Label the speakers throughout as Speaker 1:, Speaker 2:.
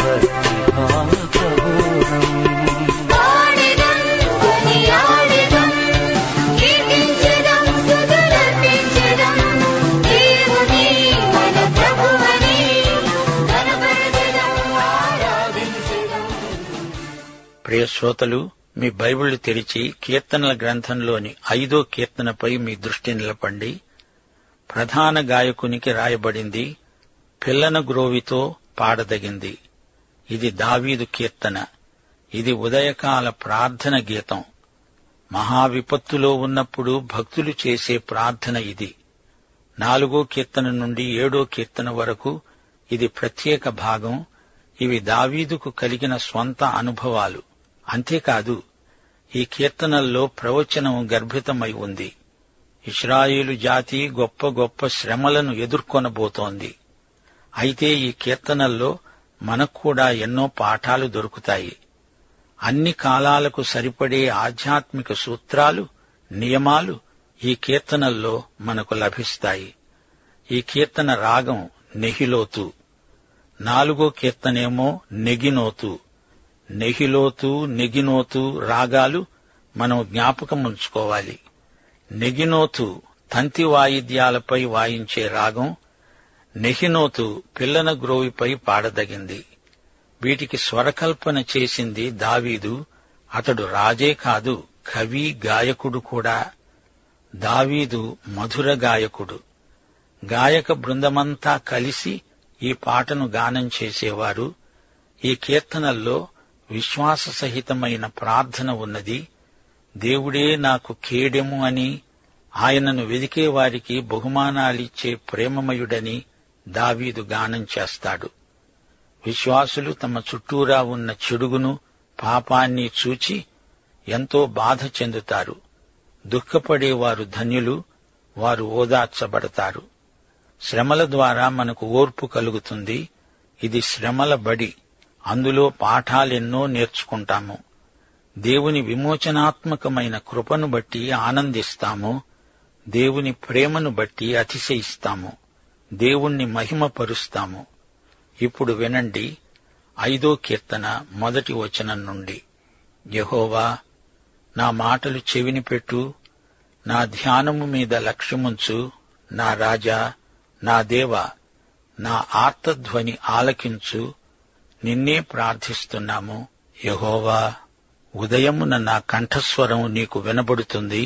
Speaker 1: భక్తిభావబోధం ప్రియ శ్రోతలు మీ బైబిల్ తెరిచి కీర్తనల గ్రంథంలోని ఐదో కీర్తనపై మీ దృష్టి నిలపండి ప్రధాన గాయకునికి రాయబడింది పిల్లన గ్రోవితో పాడదగింది ఇది దావీదు కీర్తన ఇది ఉదయకాల ప్రార్థన గీతం మహావిపత్తులో ఉన్నప్పుడు భక్తులు చేసే ప్రార్థన ఇది నాలుగో కీర్తన నుండి ఏడో కీర్తన వరకు ఇది ప్రత్యేక భాగం ఇవి దావీదుకు కలిగిన స్వంత అనుభవాలు అంతేకాదు ఈ కీర్తనల్లో ప్రవచనం గర్భితమై ఉంది ఇస్రాయేలు జాతి గొప్ప గొప్ప శ్రమలను ఎదుర్కొనబోతోంది అయితే ఈ కీర్తనల్లో మనకు కూడా ఎన్నో పాఠాలు దొరుకుతాయి అన్ని కాలాలకు సరిపడే ఆధ్యాత్మిక సూత్రాలు నియమాలు ఈ కీర్తనల్లో మనకు లభిస్తాయి ఈ కీర్తన రాగం నెహిలోతు నాలుగో కీర్తనేమో నెగినోతు నెహిలోతు నెగినోతు రాగాలు మనం జ్ఞాపకం ఉంచుకోవాలి నెగినోతు తంతి వాయిద్యాలపై వాయించే రాగం నెహినోతు పిల్లన గ్రోవిపై పాడదగింది వీటికి స్వరకల్పన చేసింది దావీదు అతడు రాజే కాదు కవి గాయకుడు కూడా దావీదు మధుర గాయకుడు గాయక బృందమంతా కలిసి ఈ పాటను గానం చేసేవారు ఈ కీర్తనల్లో విశ్వాస సహితమైన ప్రార్థన ఉన్నది దేవుడే నాకు కేడెము అని ఆయనను వెదికే వారికి బహుమానాలిచ్చే ప్రేమమయుడని దావీదు గానం చేస్తాడు విశ్వాసులు తమ చుట్టూరా ఉన్న చెడుగును పాపాన్ని చూచి ఎంతో బాధ చెందుతారు దుఃఖపడేవారు ధన్యులు వారు ఓదార్చబడతారు శ్రమల ద్వారా మనకు ఓర్పు కలుగుతుంది ఇది శ్రమల బడి అందులో పాఠాలెన్నో నేర్చుకుంటాము దేవుని విమోచనాత్మకమైన కృపను బట్టి ఆనందిస్తాము దేవుని ప్రేమను బట్టి అతిశయిస్తాము దేవుణ్ణి మహిమపరుస్తాము ఇప్పుడు వినండి ఐదో కీర్తన మొదటి వచనం నుండి యహోవా నా మాటలు చెవిని పెట్టు నా ధ్యానము మీద లక్ష్యముంచు నా రాజా నా దేవ నా ఆర్తధ్వని ఆలకించు నిన్నే ప్రార్థిస్తున్నాము యహోవా ఉదయమున నా కంఠస్వరం నీకు వినబడుతుంది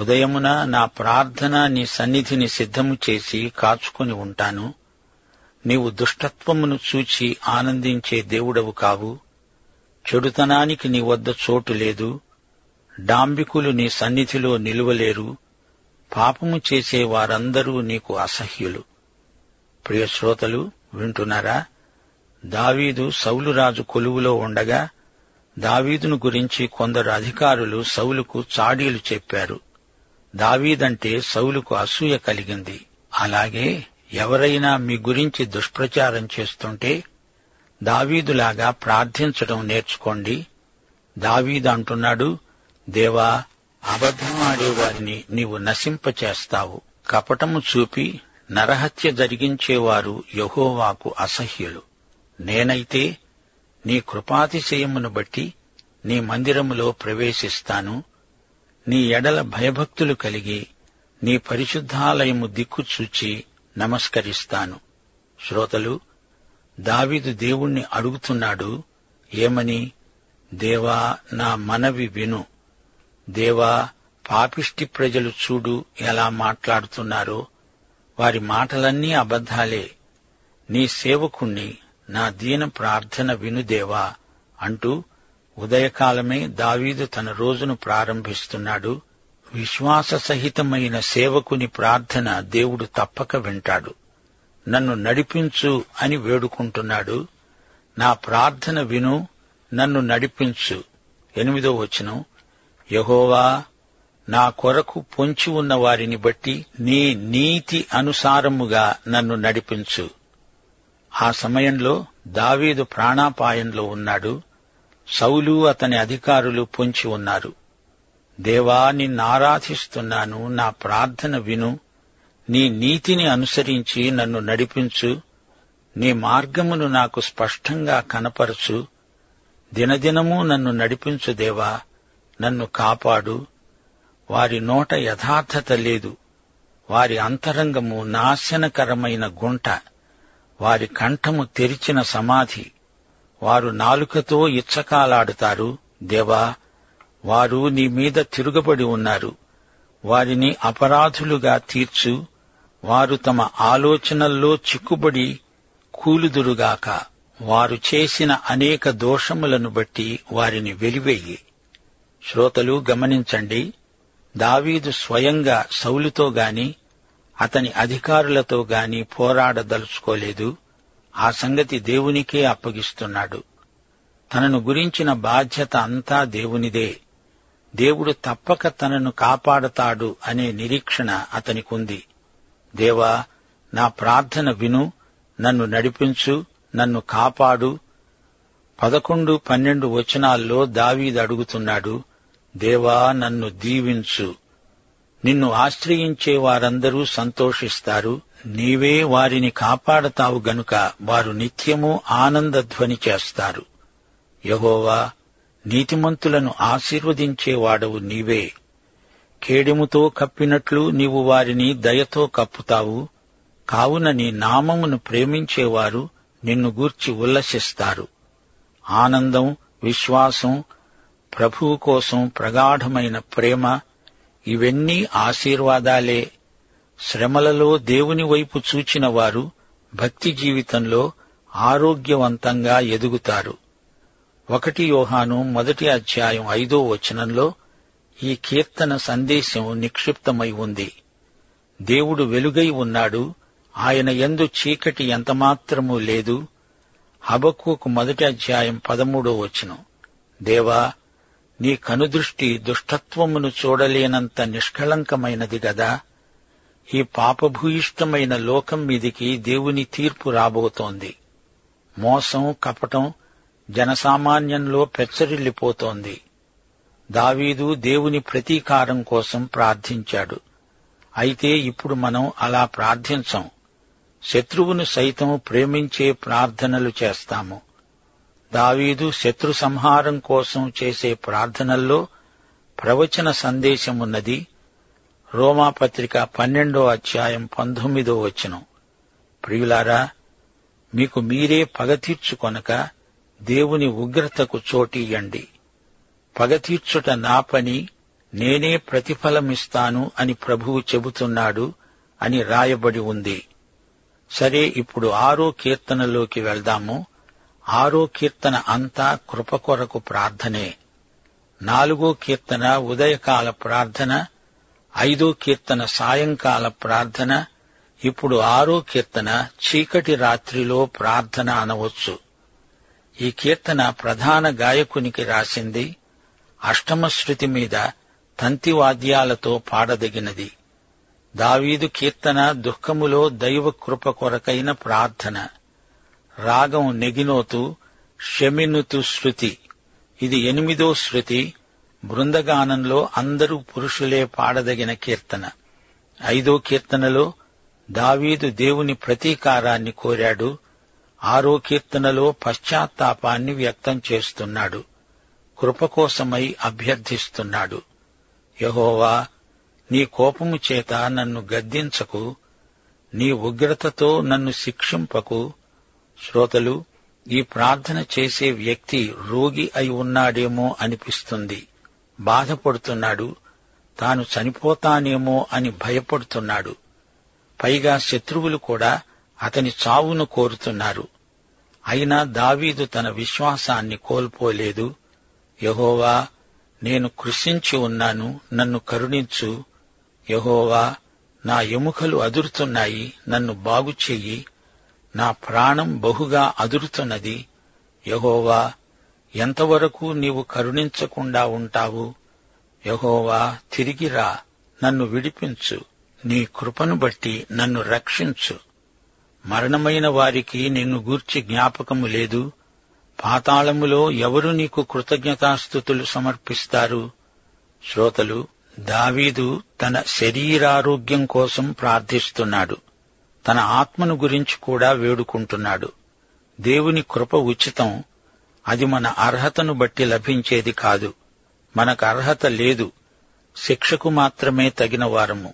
Speaker 1: ఉదయమున నా ప్రార్థన నీ సన్నిధిని సిద్ధము చేసి కాచుకొని ఉంటాను నీవు దుష్టత్వమును చూచి ఆనందించే దేవుడవు కావు చెడుతనానికి నీ వద్ద చోటు లేదు డాంబికులు నీ సన్నిధిలో నిలువలేరు పాపము చేసే వారందరూ నీకు అసహ్యులు ప్రియ శ్రోతలు వింటున్నారా దావీదు సౌలురాజు కొలువులో ఉండగా దావీదును గురించి కొందరు అధికారులు సౌలుకు చాడీలు చెప్పారు దావీదంటే సౌలుకు అసూయ కలిగింది అలాగే ఎవరైనా మీ గురించి దుష్ప్రచారం చేస్తుంటే దావీదులాగా ప్రార్థించడం నేర్చుకోండి దావీదు అంటున్నాడు దేవా అబద్ధమాడేవారిని నీవు నశింపచేస్తావు కపటము చూపి నరహత్య జరిగించేవారు యహోవాకు అసహ్యులు నేనైతే నీ కృపాతిశయమును బట్టి నీ మందిరములో ప్రవేశిస్తాను నీ ఎడల భయభక్తులు కలిగి నీ పరిశుద్ధాలయము దిక్కు చూచి నమస్కరిస్తాను శ్రోతలు దావీదు దేవుణ్ణి అడుగుతున్నాడు ఏమని దేవా నా మనవి విను దేవా పాపిష్టి ప్రజలు చూడు ఎలా మాట్లాడుతున్నారో వారి మాటలన్నీ అబద్ధాలే నీ సేవకుణ్ణి నా దీన ప్రార్థన విను దేవా అంటూ ఉదయకాలమే దావీదు తన రోజును ప్రారంభిస్తున్నాడు విశ్వాస సహితమైన సేవకుని ప్రార్థన దేవుడు తప్పక వింటాడు నన్ను నడిపించు అని వేడుకుంటున్నాడు నా ప్రార్థన విను నన్ను నడిపించు ఎనిమిదో వచనం యహోవా నా కొరకు పొంచి ఉన్న వారిని బట్టి నీ నీతి అనుసారముగా నన్ను నడిపించు ఆ సమయంలో దావీదు ప్రాణాపాయంలో ఉన్నాడు సౌలు అతని అధికారులు పొంచి ఉన్నారు దేవా నిన్నారాధిస్తున్నాను నా ప్రార్థన విను నీ నీతిని అనుసరించి నన్ను నడిపించు నీ మార్గమును నాకు స్పష్టంగా కనపరచు దినదినము నన్ను నడిపించు దేవా నన్ను కాపాడు వారి నోట యథార్థత లేదు వారి అంతరంగము నాశనకరమైన గుంట వారి కంఠము తెరిచిన సమాధి వారు నాలుకతో ఇచ్చకాలాడుతారు దేవా వారు నీ మీద తిరుగబడి ఉన్నారు వారిని అపరాధులుగా తీర్చు వారు తమ ఆలోచనల్లో చిక్కుబడి కూలుదురుగాక వారు చేసిన అనేక దోషములను బట్టి వారిని వెలివేయి శ్రోతలు గమనించండి దావీదు స్వయంగా సౌలుతో గాని అతని అధికారులతో గాని పోరాడదలుచుకోలేదు ఆ సంగతి దేవునికే అప్పగిస్తున్నాడు తనను గురించిన బాధ్యత అంతా దేవునిదే దేవుడు తప్పక తనను కాపాడతాడు అనే నిరీక్షణ అతనికుంది దేవా నా ప్రార్థన విను నన్ను నడిపించు నన్ను కాపాడు పదకొండు పన్నెండు వచనాల్లో దావీదు అడుగుతున్నాడు దేవా నన్ను దీవించు నిన్ను ఆశ్రయించే వారందరూ సంతోషిస్తారు నీవే వారిని కాపాడతావు గనుక వారు నిత్యము ఆనందధ్వని చేస్తారు యహోవా నీతిమంతులను ఆశీర్వదించేవాడవు నీవే కేడిముతో కప్పినట్లు నీవు వారిని దయతో కప్పుతావు కావున నీ నామమును ప్రేమించేవారు నిన్ను గూర్చి ఉల్లసిస్తారు ఆనందం విశ్వాసం ప్రభువు కోసం ప్రగాఢమైన ప్రేమ ఇవన్నీ ఆశీర్వాదాలే శ్రమలలో దేవుని వైపు చూచిన వారు భక్తి జీవితంలో ఆరోగ్యవంతంగా ఎదుగుతారు ఒకటి యోహాను మొదటి అధ్యాయం ఐదో వచనంలో ఈ కీర్తన సందేశం నిక్షిప్తమై ఉంది దేవుడు వెలుగై ఉన్నాడు ఆయన యందు చీకటి ఎంతమాత్రమూ లేదు హబక్కుకు మొదటి అధ్యాయం పదమూడో వచనం దేవా నీ కనుదృష్టి దుష్టత్వమును చూడలేనంత నిష్కళంకమైనది గదా ఈ పాపభూయిష్టమైన లోకం మీదికి దేవుని తీర్పు రాబోతోంది మోసం కపటం జనసామాన్యంలో పెచ్చరిల్లిపోతోంది దావీదు దేవుని ప్రతీకారం కోసం ప్రార్థించాడు అయితే ఇప్పుడు మనం అలా ప్రార్థించం శత్రువును సైతం ప్రేమించే ప్రార్థనలు చేస్తాము దావీదు శత్రు సంహారం కోసం చేసే ప్రార్థనల్లో ప్రవచన సందేశమున్నది రోమాపత్రిక పన్నెండో అధ్యాయం పంతొమ్మిదో వచనం ప్రియులారా మీకు మీరే పగ తీర్చుకొనక దేవుని ఉగ్రతకు చోటియ్యండి పగ తీర్చుట నా పని నేనే ప్రతిఫలమిస్తాను అని ప్రభువు చెబుతున్నాడు అని రాయబడి ఉంది సరే ఇప్పుడు ఆరో కీర్తనలోకి వెళ్దాము ఆరో కీర్తన అంతా కృప కొరకు ప్రార్థనే నాలుగో కీర్తన ఉదయకాల ప్రార్థన ఐదో కీర్తన సాయంకాల ప్రార్థన ఇప్పుడు ఆరో కీర్తన చీకటి రాత్రిలో ప్రార్థన అనవచ్చు ఈ కీర్తన ప్రధాన గాయకునికి రాసింది అష్టమ శృతి మీద తంతి వాద్యాలతో పాడదగినది దావీదు కీర్తన దుఃఖములో దైవ కృప కొరకైన ప్రార్థన రాగం నెగినోతు షమినుతు శృతి ఇది ఎనిమిదో శృతి బృందగానంలో అందరూ పురుషులే పాడదగిన కీర్తన ఐదో కీర్తనలో దావీదు దేవుని ప్రతీకారాన్ని కోరాడు ఆరో కీర్తనలో పశ్చాత్తాపాన్ని వ్యక్తం చేస్తున్నాడు కృప కోసమై అభ్యర్థిస్తున్నాడు యహోవా నీ కోపము చేత నన్ను గద్దించకు నీ ఉగ్రతతో నన్ను శిక్షింపకు శ్రోతలు ఈ ప్రార్థన చేసే వ్యక్తి రోగి అయి ఉన్నాడేమో అనిపిస్తుంది బాధపడుతున్నాడు తాను చనిపోతానేమో అని భయపడుతున్నాడు పైగా శత్రువులు కూడా అతని చావును కోరుతున్నారు అయినా దావీదు తన విశ్వాసాన్ని కోల్పోలేదు యహోవా నేను కృషించి ఉన్నాను నన్ను కరుణించు యహోవా నా ఎముకలు అదురుతున్నాయి నన్ను బాగు చెయ్యి నా ప్రాణం బహుగా అదురుతున్నది యహోవా ఎంతవరకు నీవు కరుణించకుండా ఉంటావు యహోవా తిరిగిరా నన్ను విడిపించు నీ కృపను బట్టి నన్ను రక్షించు మరణమైన వారికి నిన్ను గూర్చి జ్ఞాపకము లేదు పాతాళములో ఎవరు నీకు కృతజ్ఞతాస్థుతులు సమర్పిస్తారు శ్రోతలు దావీదు తన శరీరారోగ్యం కోసం ప్రార్థిస్తున్నాడు తన ఆత్మను గురించి కూడా వేడుకుంటున్నాడు దేవుని కృప ఉచితం అది మన అర్హతను బట్టి లభించేది కాదు మనకు అర్హత లేదు శిక్షకు మాత్రమే తగిన వారము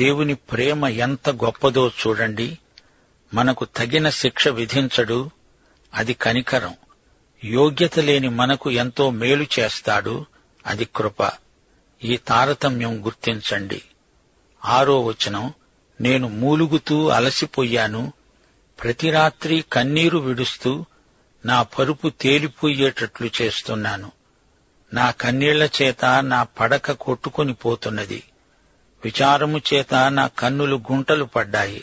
Speaker 1: దేవుని ప్రేమ ఎంత గొప్పదో చూడండి మనకు తగిన శిక్ష విధించడు అది కనికరం యోగ్యత లేని మనకు ఎంతో మేలు చేస్తాడు అది కృప ఈ తారతమ్యం గుర్తించండి ఆరో వచనం నేను మూలుగుతూ అలసిపోయాను ప్రతి రాత్రి కన్నీరు విడుస్తూ నా పరుపు తేలిపోయేటట్లు చేస్తున్నాను నా కన్నీళ్ల చేత నా పడక కొట్టుకొని పోతున్నది విచారము చేత నా కన్నులు గుంటలు పడ్డాయి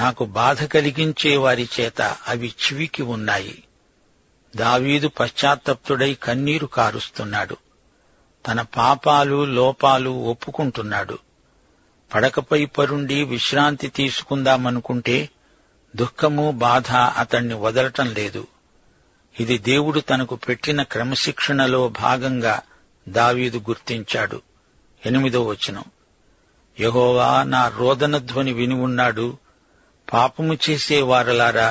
Speaker 1: నాకు బాధ కలిగించే వారి చేత అవి చివికి ఉన్నాయి దావీదు పశ్చాత్తప్తుడై కన్నీరు కారుస్తున్నాడు తన పాపాలు లోపాలు ఒప్పుకుంటున్నాడు పడకపై పరుండి విశ్రాంతి తీసుకుందామనుకుంటే దుఃఖము బాధ అతణ్ణి వదలటం లేదు ఇది దేవుడు తనకు పెట్టిన క్రమశిక్షణలో భాగంగా దావీదు గుర్తించాడు ఎనిమిదో వచనం యహోవా నా రోదన ధ్వని విని ఉన్నాడు పాపము చేసే వారలారా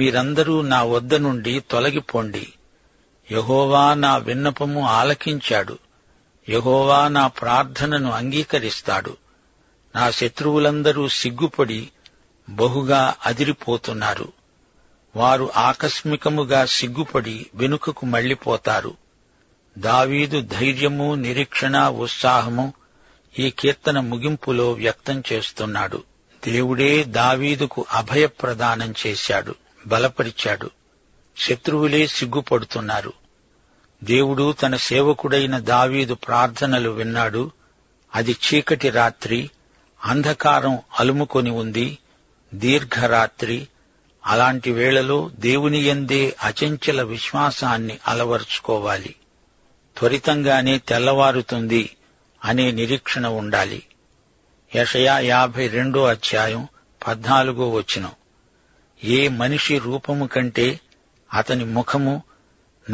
Speaker 1: మీరందరూ నా వద్ద నుండి తొలగిపోండి యహోవా నా విన్నపము ఆలకించాడు యహోవా నా ప్రార్థనను అంగీకరిస్తాడు నా శత్రువులందరూ సిగ్గుపడి బహుగా అదిరిపోతున్నారు వారు ఆకస్మికముగా సిగ్గుపడి వెనుకకు మళ్లిపోతారు దావీదు ధైర్యము నిరీక్షణ ఉత్సాహము ఈ కీర్తన ముగింపులో వ్యక్తం చేస్తున్నాడు దేవుడే దావీదుకు అభయ ప్రదానం చేశాడు బలపరిచాడు శత్రువులే సిగ్గుపడుతున్నారు దేవుడు తన సేవకుడైన దావీదు ప్రార్థనలు విన్నాడు అది చీకటి రాత్రి అంధకారం అలుముకొని ఉంది దీర్ఘరాత్రి అలాంటి వేళలో దేవుని ఎందే అచంచల విశ్వాసాన్ని అలవరుచుకోవాలి త్వరితంగానే తెల్లవారుతుంది అనే నిరీక్షణ ఉండాలి యషయా యాభై రెండో అధ్యాయం పద్నాలుగో వచనం ఏ మనిషి రూపము కంటే అతని ముఖము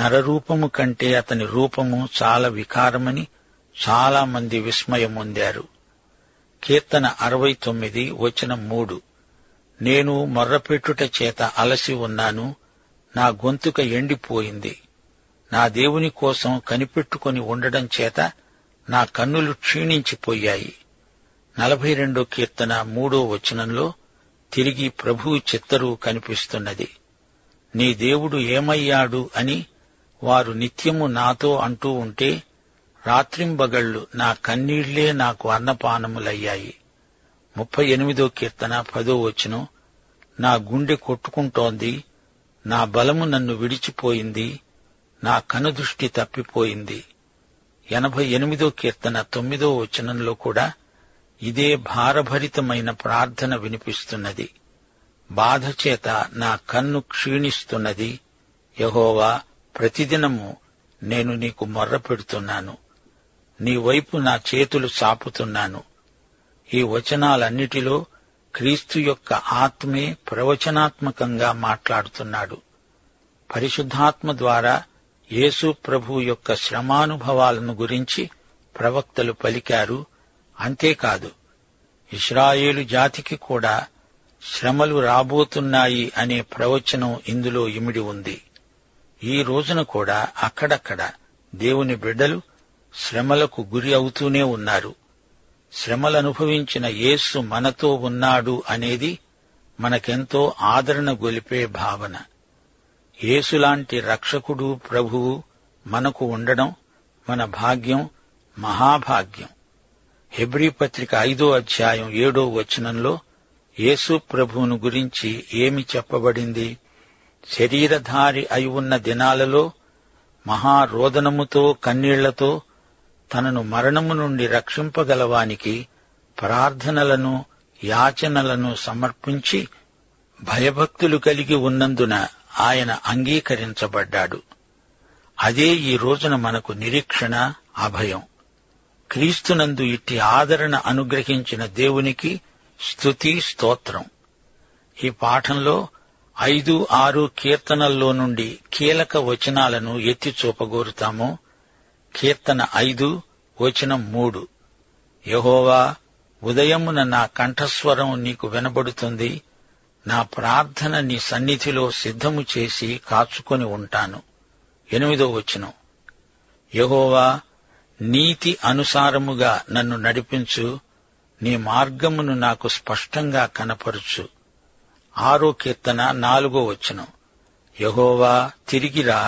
Speaker 1: నరరూపము కంటే అతని రూపము చాలా వికారమని చాలా మంది విస్మయం పొందారు కీర్తన అరవై తొమ్మిది వచనం మూడు నేను మొర్రపెట్టుట చేత అలసి ఉన్నాను నా గొంతుక ఎండిపోయింది నా దేవుని కోసం కనిపెట్టుకొని ఉండడం చేత నా కన్నులు క్షీణించిపోయాయి నలభై రెండో కీర్తన మూడో వచనంలో తిరిగి ప్రభువు చిత్తరు కనిపిస్తున్నది నీ దేవుడు ఏమయ్యాడు అని వారు నిత్యము నాతో అంటూ ఉంటే రాత్రింబగళ్ళు నా కన్నీళ్లే నాకు అన్నపానములయ్యాయి ముప్పై ఎనిమిదో కీర్తన పదో వచనం నా గుండె కొట్టుకుంటోంది నా బలము నన్ను విడిచిపోయింది నా కనుదృష్టి తప్పిపోయింది ఎనభై ఎనిమిదో కీర్తన తొమ్మిదో వచనంలో కూడా ఇదే భారభరితమైన ప్రార్థన వినిపిస్తున్నది బాధ చేత నా కన్ను క్షీణిస్తున్నది యహోవా ప్రతిదినము నేను నీకు మొర్ర పెడుతున్నాను నీ వైపు నా చేతులు చాపుతున్నాను ఈ వచనాలన్నిటిలో క్రీస్తు యొక్క ఆత్మే ప్రవచనాత్మకంగా మాట్లాడుతున్నాడు పరిశుద్ధాత్మ ద్వారా యేసు ప్రభు యొక్క శ్రమానుభవాలను గురించి ప్రవక్తలు పలికారు అంతేకాదు ఇస్రాయేలు జాతికి కూడా శ్రమలు రాబోతున్నాయి అనే ప్రవచనం ఇందులో ఇమిడి ఉంది ఈ రోజున కూడా అక్కడక్కడ దేవుని బిడ్డలు శ్రమలకు గురి అవుతూనే ఉన్నారు శ్రమలనుభవించిన యేసు మనతో ఉన్నాడు అనేది మనకెంతో ఆదరణ గొలిపే భావన యేసులాంటి రక్షకుడు ప్రభువు మనకు ఉండడం మన భాగ్యం మహాభాగ్యం హెబ్రీ పత్రిక ఐదో అధ్యాయం ఏడో వచనంలో యేసు ప్రభువును గురించి ఏమి చెప్పబడింది శరీరధారి అయి ఉన్న దినాలలో మహారోదనముతో కన్నీళ్లతో తనను మరణము నుండి రక్షింపగలవానికి ప్రార్థనలను యాచనలను సమర్పించి భయభక్తులు కలిగి ఉన్నందున ఆయన అంగీకరించబడ్డాడు అదే ఈ రోజున మనకు నిరీక్షణ అభయం క్రీస్తునందు ఇట్టి ఆదరణ అనుగ్రహించిన దేవునికి స్తుతి స్తోత్రం ఈ పాఠంలో ఐదు ఆరు కీర్తనల్లో నుండి కీలక వచనాలను ఎత్తి చూపగోరుతాము కీర్తన ఐదు వచనం మూడు యహోవా ఉదయమున నా కంఠస్వరం నీకు వినబడుతుంది నా ప్రార్థన నీ సన్నిధిలో సిద్ధము చేసి కాచుకొని ఉంటాను ఎనిమిదో వచనం యహోవా నీతి అనుసారముగా నన్ను నడిపించు నీ మార్గమును నాకు స్పష్టంగా కనపరుచు ఆరో కీర్తన నాలుగో వచనం యహోవా తిరిగిరా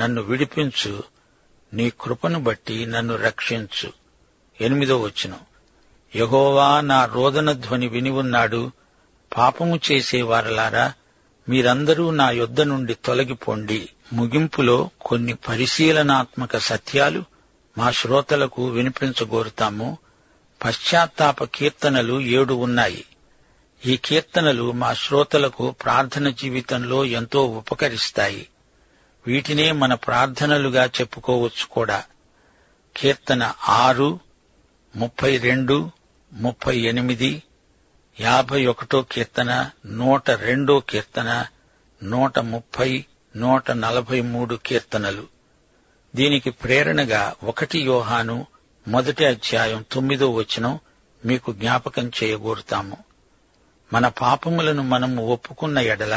Speaker 1: నన్ను విడిపించు నీ కృపను బట్టి నన్ను రక్షించు ఎనిమిదో వచనం యహోవా నా రోదన ధ్వని విని ఉన్నాడు పాపము చేసేవారలారా మీరందరూ నా యొద్ద నుండి తొలగిపోండి ముగింపులో కొన్ని పరిశీలనాత్మక సత్యాలు మా శ్రోతలకు వినిపించగోరుతాము పశ్చాత్తాప కీర్తనలు ఏడు ఉన్నాయి ఈ కీర్తనలు మా శ్రోతలకు ప్రార్థన జీవితంలో ఎంతో ఉపకరిస్తాయి వీటినే మన ప్రార్థనలుగా చెప్పుకోవచ్చు కూడా కీర్తన ఆరు ముప్పై రెండు ముప్పై ఎనిమిది యాభై ఒకటో కీర్తన నూట రెండో కీర్తన నూట ముప్పై నూట నలభై మూడు కీర్తనలు దీనికి ప్రేరణగా ఒకటి యోహాను మొదటి అధ్యాయం తొమ్మిదో వచనం మీకు జ్ఞాపకం చేయగోరుతాము మన పాపములను మనము ఒప్పుకున్న ఎడల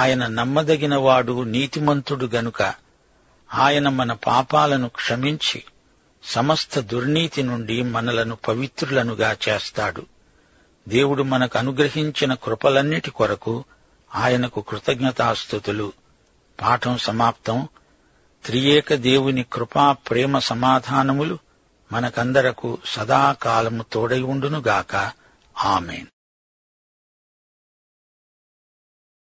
Speaker 1: ఆయన నమ్మదగినవాడు నీతిమంతుడు గనుక ఆయన మన పాపాలను క్షమించి సమస్త దుర్నీతి నుండి మనలను పవిత్రులనుగా చేస్తాడు దేవుడు మనకు అనుగ్రహించిన కృపలన్నిటి కొరకు ఆయనకు కృతజ్ఞతాస్థుతులు పాఠం సమాప్తం త్రియేక దేవుని కృపా ప్రేమ సమాధానములు మనకందరకు సదాకాలము తోడై ఉండునుగాక ఆమెన్